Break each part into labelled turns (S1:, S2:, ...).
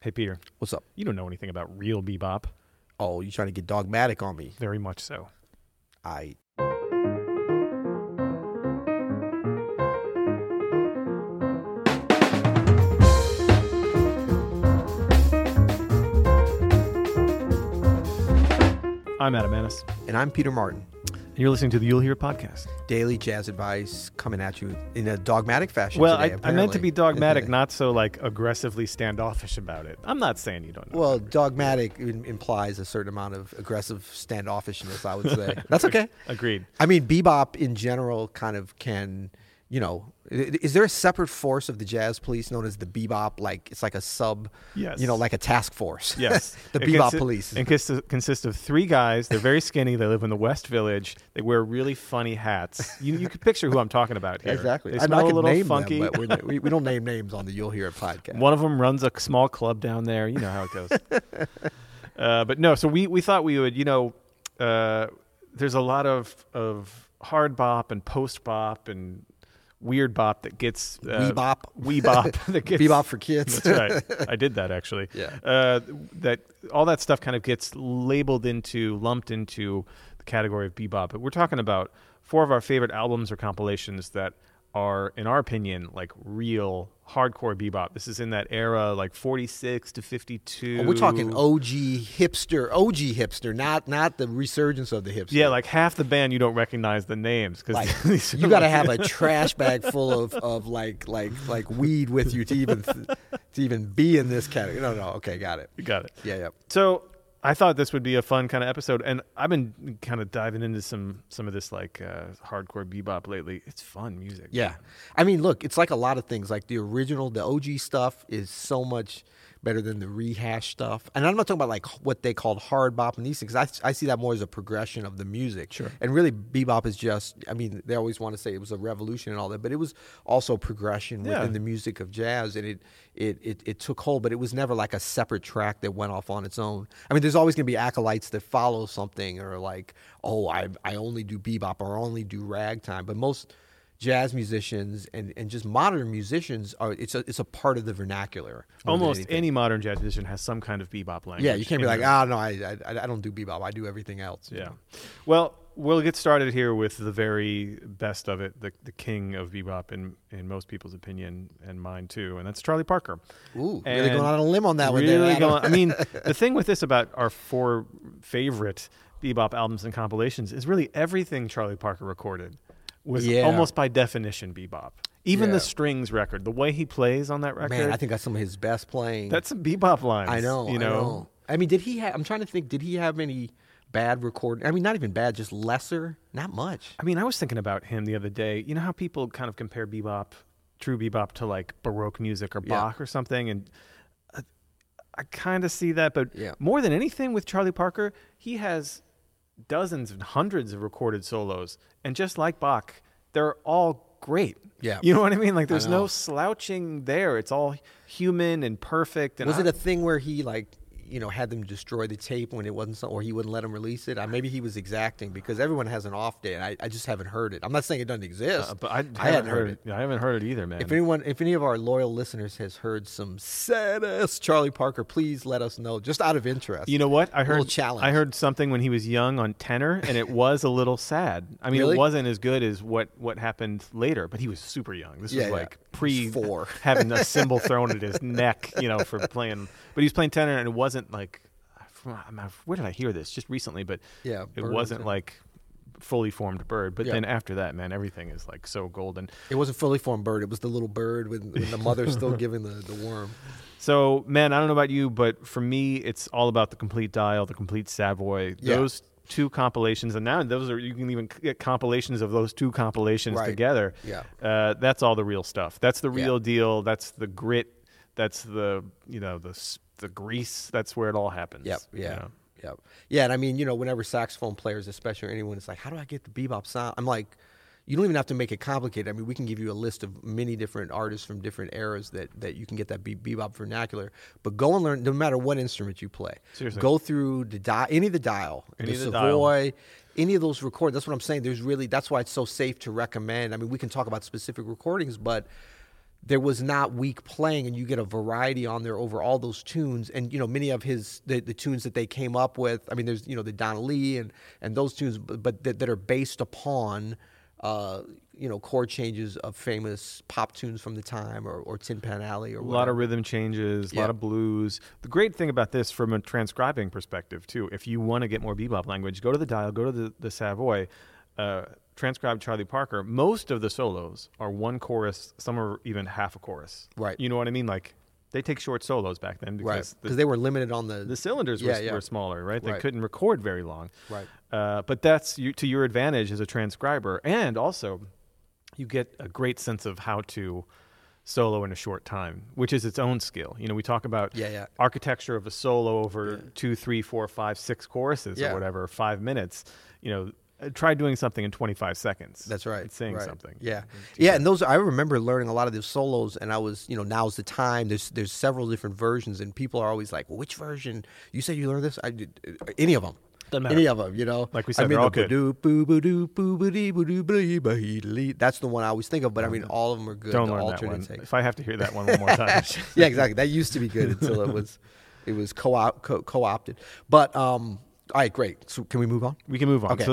S1: Hey, Peter,
S2: What's up?
S1: you don't know anything about real bebop.
S2: Oh, you trying to get dogmatic on me?
S1: Very much so.
S2: I.
S1: I'm Adam Annis,
S2: And I'm Peter Martin.
S1: and you're listening to the You'll Hear It podcast.
S2: Daily jazz advice coming at you in a dogmatic fashion.
S1: Well,
S2: today,
S1: I, I meant to be
S2: apparently.
S1: dogmatic, not so like aggressively standoffish about it. I'm not saying you don't know.
S2: well, dogmatic im- implies a certain amount of aggressive standoffishness. I would say that's okay.
S1: Agreed.
S2: I mean, bebop in general kind of can, you know, i- is there a separate force of the jazz police known as the bebop? Like it's like a sub,
S1: Yes.
S2: you know, like a task force.
S1: Yes.
S2: the
S1: It
S2: bebop
S1: consi-
S2: police.
S1: It consi- consists of three guys. They're very skinny. They live in the West Village. They wear really funny hats. You, you can picture who I'm talking about here.
S2: Exactly.
S1: They
S2: I mean, I
S1: smell a
S2: could
S1: little
S2: name
S1: funky.
S2: Them, but we're- we, we don't name names on the You'll Hear It podcast.
S1: One of them runs a small club down there. You know how it goes. uh, but no, so we, we thought we would, you know, uh, there's a lot of, of hard bop and post bop and weird bop that gets. Uh,
S2: Weebop.
S1: Wee bop. that gets.
S2: Bebop for kids.
S1: That's right. I did that actually.
S2: Yeah.
S1: Uh, that all that stuff kind of gets labeled into, lumped into the category of bebop. But we're talking about four of our favorite albums or compilations that are, in our opinion, like real hardcore bebop. This is in that era, like 46 to 52.
S2: Oh, We're talking OG hipster, OG hipster, not not the resurgence of the hipster.
S1: Yeah, like half the band you don't recognize the names because
S2: Like, you got to have a trash bag full of, of like like like weed with you to even to even be in this category. No, no, okay, got it.
S1: You got it.
S2: Yeah, yeah.
S1: So I thought this would be a fun kind of episode, and I've been kind of diving into some some of this like uh, hardcore bebop lately. It's fun music.
S2: Yeah. I mean, look, it's like a lot of things. Like the original, the OG stuff is so much better than the rehash stuff. And I'm not talking about like what they called hard bop and these things. I, I see that more as a progression of the music. Sure. And really, bebop is just, I mean, they always want to say it was a revolution and all that, but it was also progression
S1: Yeah.
S2: within the music of jazz. And it, it, it, it took hold, but it was never like a separate track that went off on its own. I mean, there's always going to be acolytes that follow something or like, oh, I, I only do bebop or only do ragtime. But most jazz musicians and, and just modern musicians are it's a it's a part of the vernacular. more than
S1: Almost
S2: anything.
S1: any modern jazz musician has some kind of bebop language.
S2: yeah. You can't be
S1: in
S2: like,
S1: their-
S2: ah, no, I, I I don't do bebop. I do everything else.
S1: Yeah. Well, we'll get started here with the very best of it, the, the king of bebop in, in most people's opinion and mine too, and that's Charlie Parker.
S2: Ooh,
S1: and
S2: really going out on a limb on that one. There,
S1: really
S2: Adam.
S1: going- I mean, the thing with this about our four favorite bebop albums and compilations is really everything Charlie Parker recorded was
S2: Yeah.
S1: almost by definition bebop. Even
S2: Yeah.
S1: the strings record, the way he plays on that record,
S2: Man, I think that's some of his best playing.
S1: that's some bebop lines.
S2: I know.
S1: you
S2: I know. I mean, did he have? I'm trying to think. Did he have any bad record? I mean, not even bad, just lesser. Not much.
S1: I mean, I was thinking about him the other day. You know how people kind of compare bebop, true bebop, to like Baroque music or
S2: Yeah.
S1: Bach or something, and I, I kind of see that. But
S2: Yeah.
S1: more than anything, with Charlie Parker, he has dozens and hundreds of recorded solos, and just like Bach, they're all great.
S2: Yeah.
S1: you know what I mean. Like, there's
S2: know.
S1: no slouching there. It's all human and perfect. And
S2: Was
S1: I-
S2: it a thing where he like you know had them destroy the tape when it wasn't so, or he wouldn't let them release it? Uh, maybe he was exacting because everyone has an off day, and I, I just haven't heard it. I'm not saying it doesn't exist,
S1: uh, but I, haven't
S2: hadn't
S1: heard, it. I haven't heard it either, man.
S2: If anyone, if any of our loyal listeners has heard some sad ass Charlie Parker, please let us know, just out of interest.
S1: You know what? I
S2: Little
S1: heard
S2: challenge.
S1: I heard something when he was young on tenor, and it was a little sad. I mean,
S2: Really?
S1: it wasn't as good as what what happened later, but he was super young. This
S2: Yeah,
S1: was
S2: yeah.
S1: like
S2: He
S1: pre
S2: was four.
S1: having a cymbal thrown at his neck, you know, for playing. But he was playing tenor, and it wasn't like from- I'm not- where did I hear this? Just recently, but
S2: Yeah,
S1: it
S2: Bird was
S1: wasn't
S2: it.
S1: like fully formed bird. But
S2: Yeah.
S1: then after that, man, everything is like so golden.
S2: it wasn't fully formed bird; it was the little bird when, when the mother's still giving the, the worm.
S1: So, man, I don't know about you, but for me, it's all about the complete dial, the complete Savoy.
S2: Yeah.
S1: Those two compilations, and now those are you can even c- get compilations of those two compilations
S2: Right.
S1: together.
S2: Yeah.
S1: uh, that's all the real stuff. That's the
S2: Yeah.
S1: real deal. That's the grit. That's the you know the s- the grease. That's where it all happens.
S2: Yep. Yeah.
S1: you know?
S2: Yep. Yeah. And I mean, you know, whenever saxophone players, especially or anyone, it's like, how do I get the bebop sound? I'm like, you don't even have to make it complicated. I mean, we can give you a list of many different artists from different eras that, that you can get that be- bebop vernacular. But go and learn, no matter what instrument you play.
S1: Seriously.
S2: Go through the di- any of the dial,
S1: Any
S2: the
S1: of the dial.
S2: Savoy, any of those records. That's what I'm saying. There's really that's why it's so safe to recommend. I mean, we can talk about specific recordings, but there was not weak playing and you get a variety on there over all those tunes and you know many of his the, the tunes that they came up with i mean there's you know the donna lee and and those tunes but, but that, that are based upon uh you know chord changes of famous pop tunes from the time or, or tin pan alley or
S1: A lot of rhythm changes, a lot
S2: Yeah.
S1: of blues. The great thing about this, from a transcribing perspective, too, if you want to get more bebop language, go to the dial, go to the, the Savoy, uh, transcribe Charlie Parker. Most of the solos are one chorus, some are even half a chorus.
S2: Right.
S1: You know what I mean? Like they take short solos back then
S2: right
S1: because the
S2: because they were limited on the
S1: the cylinders
S2: Yeah,
S1: were,
S2: yeah.
S1: were smaller, right? They
S2: Right.
S1: couldn't record very long.
S2: Right.
S1: Uh, but that's you, to your advantage as a transcriber, and also you get a great sense of how to solo in a short time, which is its own skill. You know, we talk about
S2: Yeah, yeah.
S1: architecture of a solo over two, three, four, five, six choruses
S2: Yeah.
S1: or whatever, five minutes. You know, uh, try doing something in 25 seconds.
S2: That's right.
S1: It's saying
S2: right.
S1: something.
S2: Yeah, yeah. And those I remember learning a lot of those solos, and I was, you know, now's the time. There's there's several different versions, and people are always like, well, which version? You said you learned this? I did uh, any of them.
S1: Doesn't
S2: Any
S1: matter.
S2: of them, you know.
S1: Like we said,
S2: I mean,
S1: they're all
S2: the
S1: good.
S2: ba-doo, boo, ba-doo, boo, ba-dee, ba-doo, ba-dee, ba-dee, lee. That's the one I always think of, but I mean, all of them are good.
S1: Don't
S2: the
S1: learn that
S2: alternate
S1: one.
S2: takes.
S1: If I have to hear that one one more time,
S2: yeah, exactly. That used to be good until it was, it was co-op, co- co-opted. But um, all right, great. So can we move on?
S1: we can move on.
S2: Okay.
S1: So,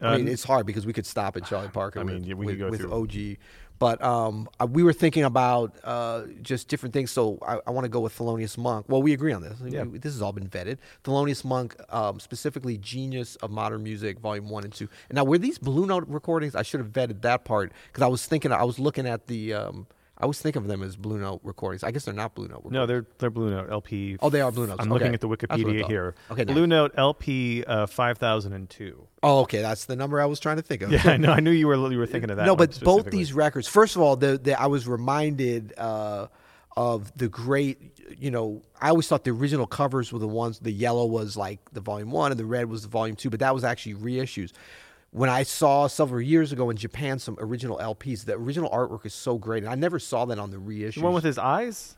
S1: uh,
S2: I mean, it's hard because we could stop at Charlie Parker.
S1: Um, I mean,
S2: with,
S1: yeah, we could
S2: with,
S1: go
S2: with
S1: through.
S2: OG, but um, uh, we were thinking about uh, just different things. So I, I want to go with Thelonious Monk. Well, we agree on this.
S1: Yeah.
S2: We- this has all been vetted. Thelonious Monk, um, specifically Genius of Modern Music, Volume One and Two. And now, were these Blue Note recordings? I should have vetted that part because I was thinking, I was looking at the, um, I was thinking of them as Blue Note recordings. I guess they're not Blue Note. Recordings.
S1: No, they're they're Blue Note LP.
S2: Oh, they are Blue Notes.
S1: I'm looking
S2: Okay.
S1: at the
S2: That's what I
S1: Wikipedia
S2: thought.
S1: here.
S2: Okay,
S1: Blue Note LP uh, 5002.
S2: Oh, okay, that's the number I was trying to think of.
S1: Yeah, I know. I knew you were you were thinking of that.
S2: No,
S1: one
S2: but both
S1: specifically.
S2: these records. First of all, the, the I was reminded uh, of the great. You know, I always thought the original covers were the ones. The yellow was like the volume one, and the red was the volume two. But that was actually reissues. When I saw several years ago in Japan some original LPs, the original artwork is so great, and I never saw that on the reissues.
S1: the one with his eyes.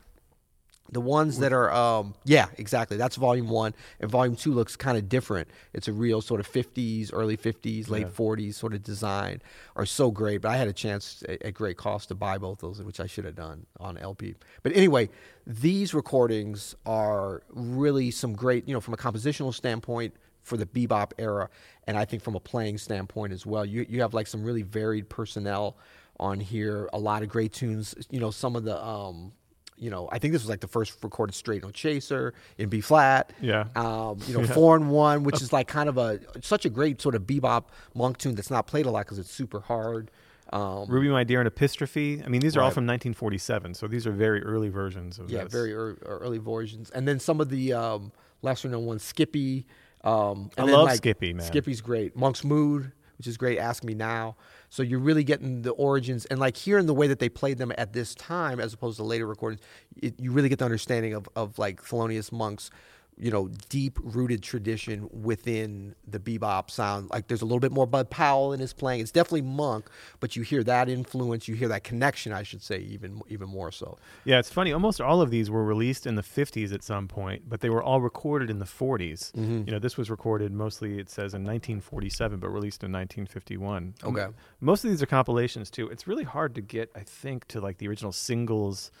S2: The ones that are, um, yeah, exactly. That's volume one. And volume two looks kind of different. It's a real sort of 50s, early 50s, late 40s sort of design are so great. But I had a chance at, at great cost to buy both those, which I should have done on LP. But anyway, these recordings are really some great, you know, from a compositional standpoint, for the bebop era, and I think from a playing standpoint as well. You you have like some really varied personnel on here. A lot of great tunes. You know, some of the um, you know, I think this was like the first recorded straight no chaser in B flat.
S1: Yeah.
S2: Um, you know, foreign one, which is like kind of a such a great sort of bebop monk tune that's not played a lot because it's super hard. Um,
S1: Ruby, my dear, and Epistrophe. I mean, these are all
S2: Right.
S1: from 1947, so these are very early versions of
S2: yeah,
S1: this.
S2: very early, uh, early versions, and then some of the um, lesser known ones, Skippy. Um, and
S1: I
S2: then,
S1: love
S2: like,
S1: Skippy, man.
S2: Skippy's great. Monk's Mood, which is great. Ask Me Now. So you're really getting the origins and like hearing the way that they played them at this time, as opposed to later recordings. It, you really get the understanding of of like Thelonious Monk's, you know, deep rooted tradition within the bebop sound. Like there's a little bit more Bud Powell in his playing. It's definitely Monk, but you hear that influence. You hear that connection, I should say, even even more so.
S1: Yeah, it's funny. Almost all of these were released in the 50s at some point, but they were all recorded in the 40s. You know, this was recorded mostly, it says, in 1947, but released in 1951. M-
S2: Okay.
S1: most of these are compilations, too. It's really hard to get, I think, to like the original singles.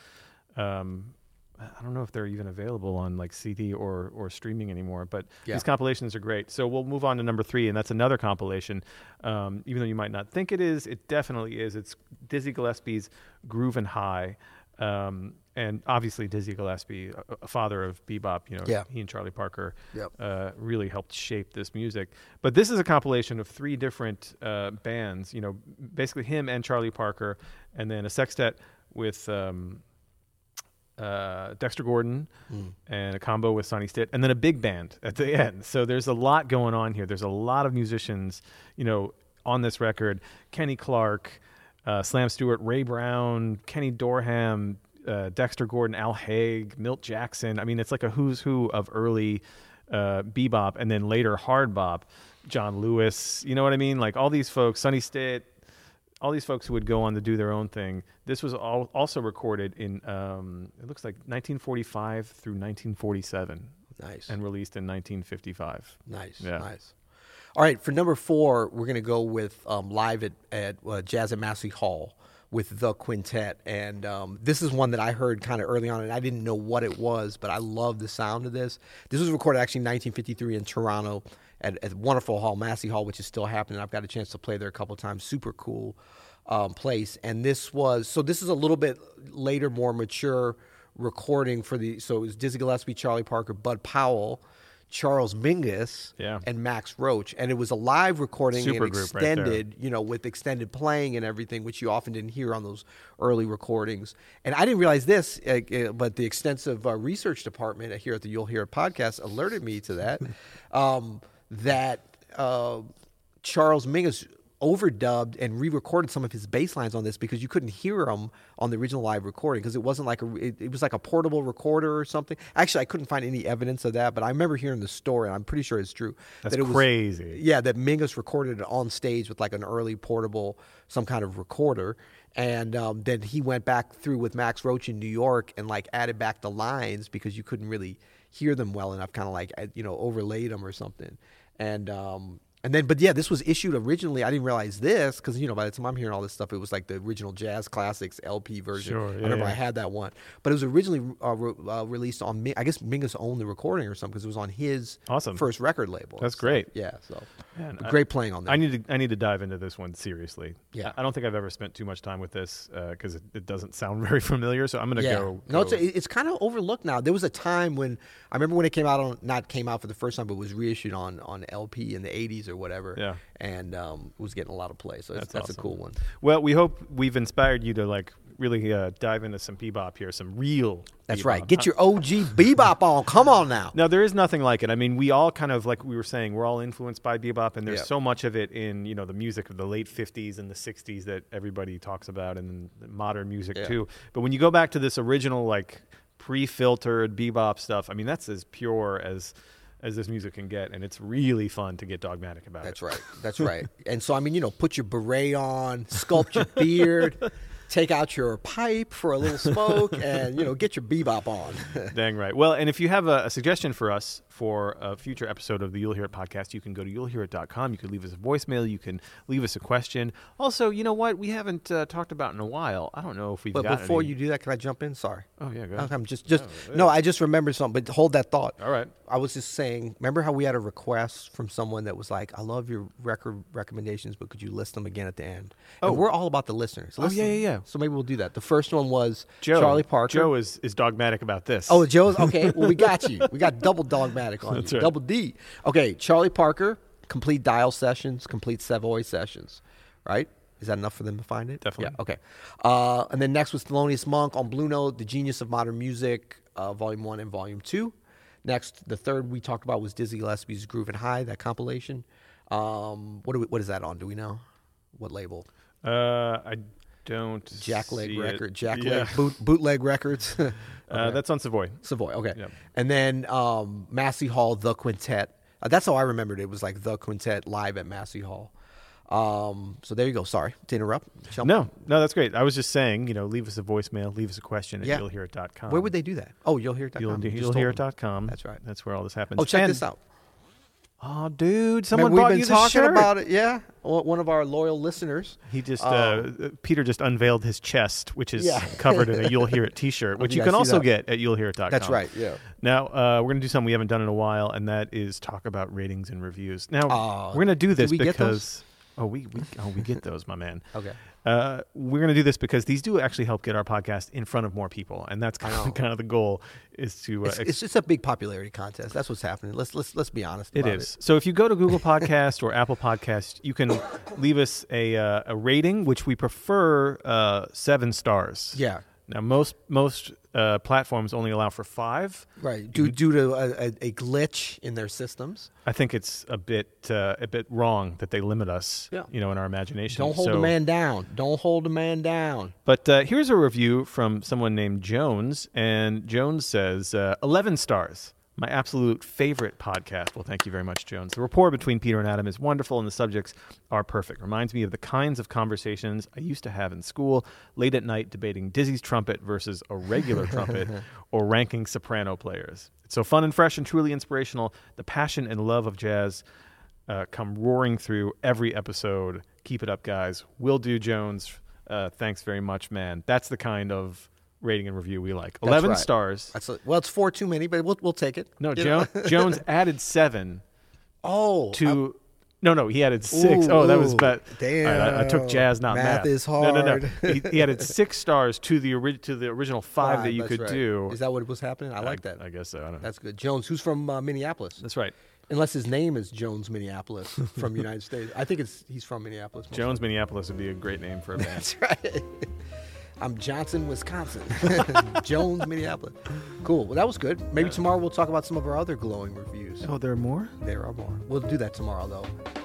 S1: Um, I I don't know if they're even available on like CD or, or streaming anymore, but
S2: Yeah.
S1: these compilations are great. So we'll move on to number three, and that's another compilation. Um, even though you might not think it is, it definitely is. It's Dizzy Gillespie's Groove and High. Um, and obviously, Dizzy Gillespie, a- a father of bebop, you know,
S2: Yeah.
S1: he and Charlie Parker
S2: Yep.
S1: uh, really helped shape this music. But this is a compilation of three different uh, bands, you know, basically him and Charlie Parker, and then a sextet with um, uh, Dexter Gordon and a combo with Sonny Stitt, and then a big band at the end. So there's a lot going on here. There's a lot of musicians, you know, on this record. Kenny Clark, uh, Slam Stewart, Ray Brown, Kenny Dorham, uh, Dexter Gordon, Al Haig, Milt Jackson. I mean, it's like a who's who of early uh, bebop, and then later hard bop. John Lewis, you know what I mean? Like all these folks, Sonny Stitt, all these folks who would go on to do their own thing. This was all also recorded in um, it looks like 1945 through 1947
S2: Nice.
S1: and released in 1955.
S2: Nice,
S1: Yeah.
S2: nice. All right, for number four, we're going to go with um, live at, at uh, Jazz at Massey Hall, with the quintet, and um, this is one that I heard kind of early on, and I didn't know what it was, but I love the sound of this. This was recorded actually in 1953 in Toronto at, at wonderful hall, Massey Hall, which is still happening. I've got a chance to play there a couple times. Super cool um, place, and this was so. This is a little bit later, more mature recording for the. So it was Dizzy Gillespie, Charlie Parker, Bud Powell. Charles Mingus
S1: Yeah.
S2: and Max Roach, and it was a live recording and
S1: Supergroup right there.
S2: extended did, you know, with extended playing and everything, which you often didn't hear on those early recordings. And I didn't realize this, uh, uh, but the extensive uh, research department here at the You'll Hear It podcast alerted me to that, um, that uh, Charles Mingus overdubbed and re-recorded some of his bass lines on this because you couldn't hear them on the original live recording because it wasn't like a it, it was like a portable recorder or something actually i couldn't find any evidence of that but i remember hearing the story and i'm pretty sure it's true
S1: That's
S2: that it was
S1: crazy.
S2: yeah, that Mingus recorded it on stage with like an early portable, some kind of recorder. And um, then he went back through with Max Roach in New York and like added back the lines because you couldn't really hear them well enough, kind of like, uh, you know, overlaid them or something. And, um, and then, but yeah, this was issued originally. I didn't realize this because, you know, by the time I'm hearing all this stuff, it was like the original Jazz Classics LP version.
S1: Sure,
S2: I
S1: yeah,
S2: remember
S1: yeah.
S2: I had that one. But it was originally uh, re- uh, released on, Mi- I guess Mingus owned the recording or something because it was on his
S1: Awesome.
S2: first record label.
S1: That's
S2: So,
S1: great.
S2: yeah, so
S1: Man,
S2: but
S1: I-
S2: great playing on that.
S1: I need to I need to dive into this one seriously.
S2: Yeah.
S1: I I don't think I've ever spent too much time with this because it, it doesn't sound very familiar. So I'm gonna
S2: yeah,
S1: go.
S2: no, it's e-,
S1: go-
S2: it's kind of overlooked now. There was a time when I remember when it came out on not came out for the first time, but was reissued on on LP in the '80s or whatever.
S1: Yeah.
S2: and um, was getting a lot of play. So that's,
S1: That's awesome.
S2: that's a cool one.
S1: well, we hope we've inspired you to like really uh, dive into some bebop here, some real.
S2: That's
S1: bebop.
S2: right. Get your OG bebop on. Come on now.
S1: No, there is nothing like it. I mean, we all kind of like we were saying, we're all influenced by bebop, and there's
S2: Yeah.
S1: so much of it in you know the music of the late '50s and the '60s that everybody talks about, and then modern music
S2: Yeah.
S1: too. But when you go back to this original like pre-filtered bebop stuff, I mean, that's as pure as as this music can get, and it's really fun to get dogmatic about
S2: That's
S1: it.
S2: right. That's right. And so I mean, you know, put your beret on, sculpt your beard, take out your pipe for a little smoke, and you know, get your bebop on.
S1: Dang right. Well, and if you have a, a suggestion for us for a future episode of the You'll Hear It podcast, you can go to you'llhearit.com. You can leave us a voicemail. You can leave us a question. Also, you know what? We haven't uh, talked about in a while. I don't know if we've
S2: But
S1: got
S2: before
S1: any-
S2: you do that, can I jump in? Sorry.
S1: Oh, yeah, go ahead.
S2: I'm just just no. I just remembered something, but hold that thought.
S1: All right.
S2: I was just saying. Remember how we had a request from someone that was like, "I love your record recommendations, but could you list them again at the end?" Oh, we're all about the listeners.
S1: Oh, yeah, yeah, yeah.
S2: So maybe we'll do that. The first one was
S1: Joe,
S2: Charlie Parker.
S1: Joe is, is dogmatic about this.
S2: Oh, Joe's okay. Well, we got you. We got double dogmatic on you.
S1: right.
S2: Double D. Okay, Charlie Parker, complete dial sessions, complete Savoy sessions. Right? Is that enough for them to find it?
S1: Definitely.
S2: Yeah. Okay. Uh, and then next was Thelonious Monk on Blue Note, The Genius of Modern Music, uh, Volume One and Volume Two. Next, the third we talked about was Dizzy Gillespie's Groove and High, that compilation. Um, what do we, what is that on? Do we know? What label?
S1: Uh, I don't.
S2: Jackleg
S1: see it.
S2: Record, Jackleg
S1: Yeah.
S2: boot, Bootleg Records.
S1: Uh, that's on Savoy.
S2: Savoy, okay.
S1: Yep.
S2: And then um, Massey Hall, the quintet. Uh, that's how I remembered it. It was like the quintet live at Massey Hall. Um, so there you go. Sorry to interrupt. Jump-
S1: No, no, that's great. I was just saying, you know, leave us a voicemail, leave us a question at
S2: Yeah.
S1: you'llhearit.com.
S2: Where would they do that? Oh, you'll hear it.
S1: You'll,
S2: You just
S1: you'll
S2: told
S1: hear
S2: them.
S1: it.com.
S2: That's right.
S1: That's where all this happens.
S2: Oh, check
S1: And-
S2: this out.
S1: Oh, dude, someone
S2: Remember, we've
S1: bought
S2: been
S1: you this
S2: talking
S1: shirt.
S2: about it. Yeah. O- One of our loyal listeners.
S1: He just uh,
S2: Um,
S1: uh, Peter just unveiled his chest, which is
S2: Yeah.
S1: covered in a "You'll Hear It" T-shirt, which
S2: did
S1: you
S2: I
S1: can
S2: see
S1: also
S2: that?
S1: get at you'llhearit.com.
S2: That's right. Yeah.
S1: Now uh, we're gonna do something we haven't done in a while, and that is talk about ratings and reviews. Now
S2: Oh,
S1: we're gonna do this
S2: we get
S1: because oh we, we oh we get those, my man.
S2: Okay.
S1: Uh, we're going to do this because these do actually help get our podcast in front of more people, and that's kind
S2: know.
S1: of, kind of the goal is to uh,
S2: It's, it's just a big popularity contest. That's what's happening. Let's let's let's be honest.
S1: It
S2: about
S1: is. So if you go to Google Podcast or Apple Podcast, you can leave us a uh, a rating, which we prefer uh, seven stars.
S2: Yeah.
S1: Now most most uh, platforms only allow for five.
S2: Right. Due due to a, a, a glitch in their systems.
S1: I think it's a bit uh, a bit wrong that they limit us.
S2: Yeah.
S1: You know, in our imagination.
S2: Don't hold
S1: So-
S2: the man down. Don't hold the man down.
S1: But uh, here's a review from someone named Jones, and Jones says uh, 11 stars. My absolute favorite podcast. Well, thank you very much, Jones. The rapport between Peter and Adam is wonderful, and the subjects are perfect. Reminds me of the kinds of conversations I used to have in school, late at night, debating Dizzy's trumpet versus a regular trumpet, or ranking soprano players. It's so fun and fresh and truly inspirational. The passion and love of jazz uh, come roaring through every episode. Keep it up, guys. Will do, Jones. uh, thanks very much, man. That's the kind of rating and review we like. Eleven
S2: right.
S1: stars.
S2: That's a, well, it's four too many, but we'll we'll take it.
S1: No,
S2: You
S1: jo-
S2: know?
S1: Jones added seven
S2: Oh, I-
S1: to. no, no, he added six.
S2: Ooh,
S1: oh, that was
S2: ooh.
S1: bet. I, I took
S2: Damn.
S1: jazz, not math.
S2: Math is
S1: No, no, no.
S2: hard.
S1: He, he added six stars to the ori- to the original five, that you
S2: ah, that's
S1: could
S2: right.
S1: do.
S2: Is that what was happening? I like that.
S1: I guess so. I don't know.
S2: That's good. Jones, who's from uh, Minneapolis,
S1: That's right.
S2: unless his name is Jones Minneapolis from United States. I think it's he's from Minneapolis. most-
S1: Jones Minneapolis would be a great name for a band.
S2: That's right. I'm Johnson, Wisconsin. Jones, Minneapolis. Cool. Well, that was good. Maybe tomorrow we'll talk about some of our other glowing reviews.
S1: oh, there are more.
S2: There are more. We'll do that tomorrow, though.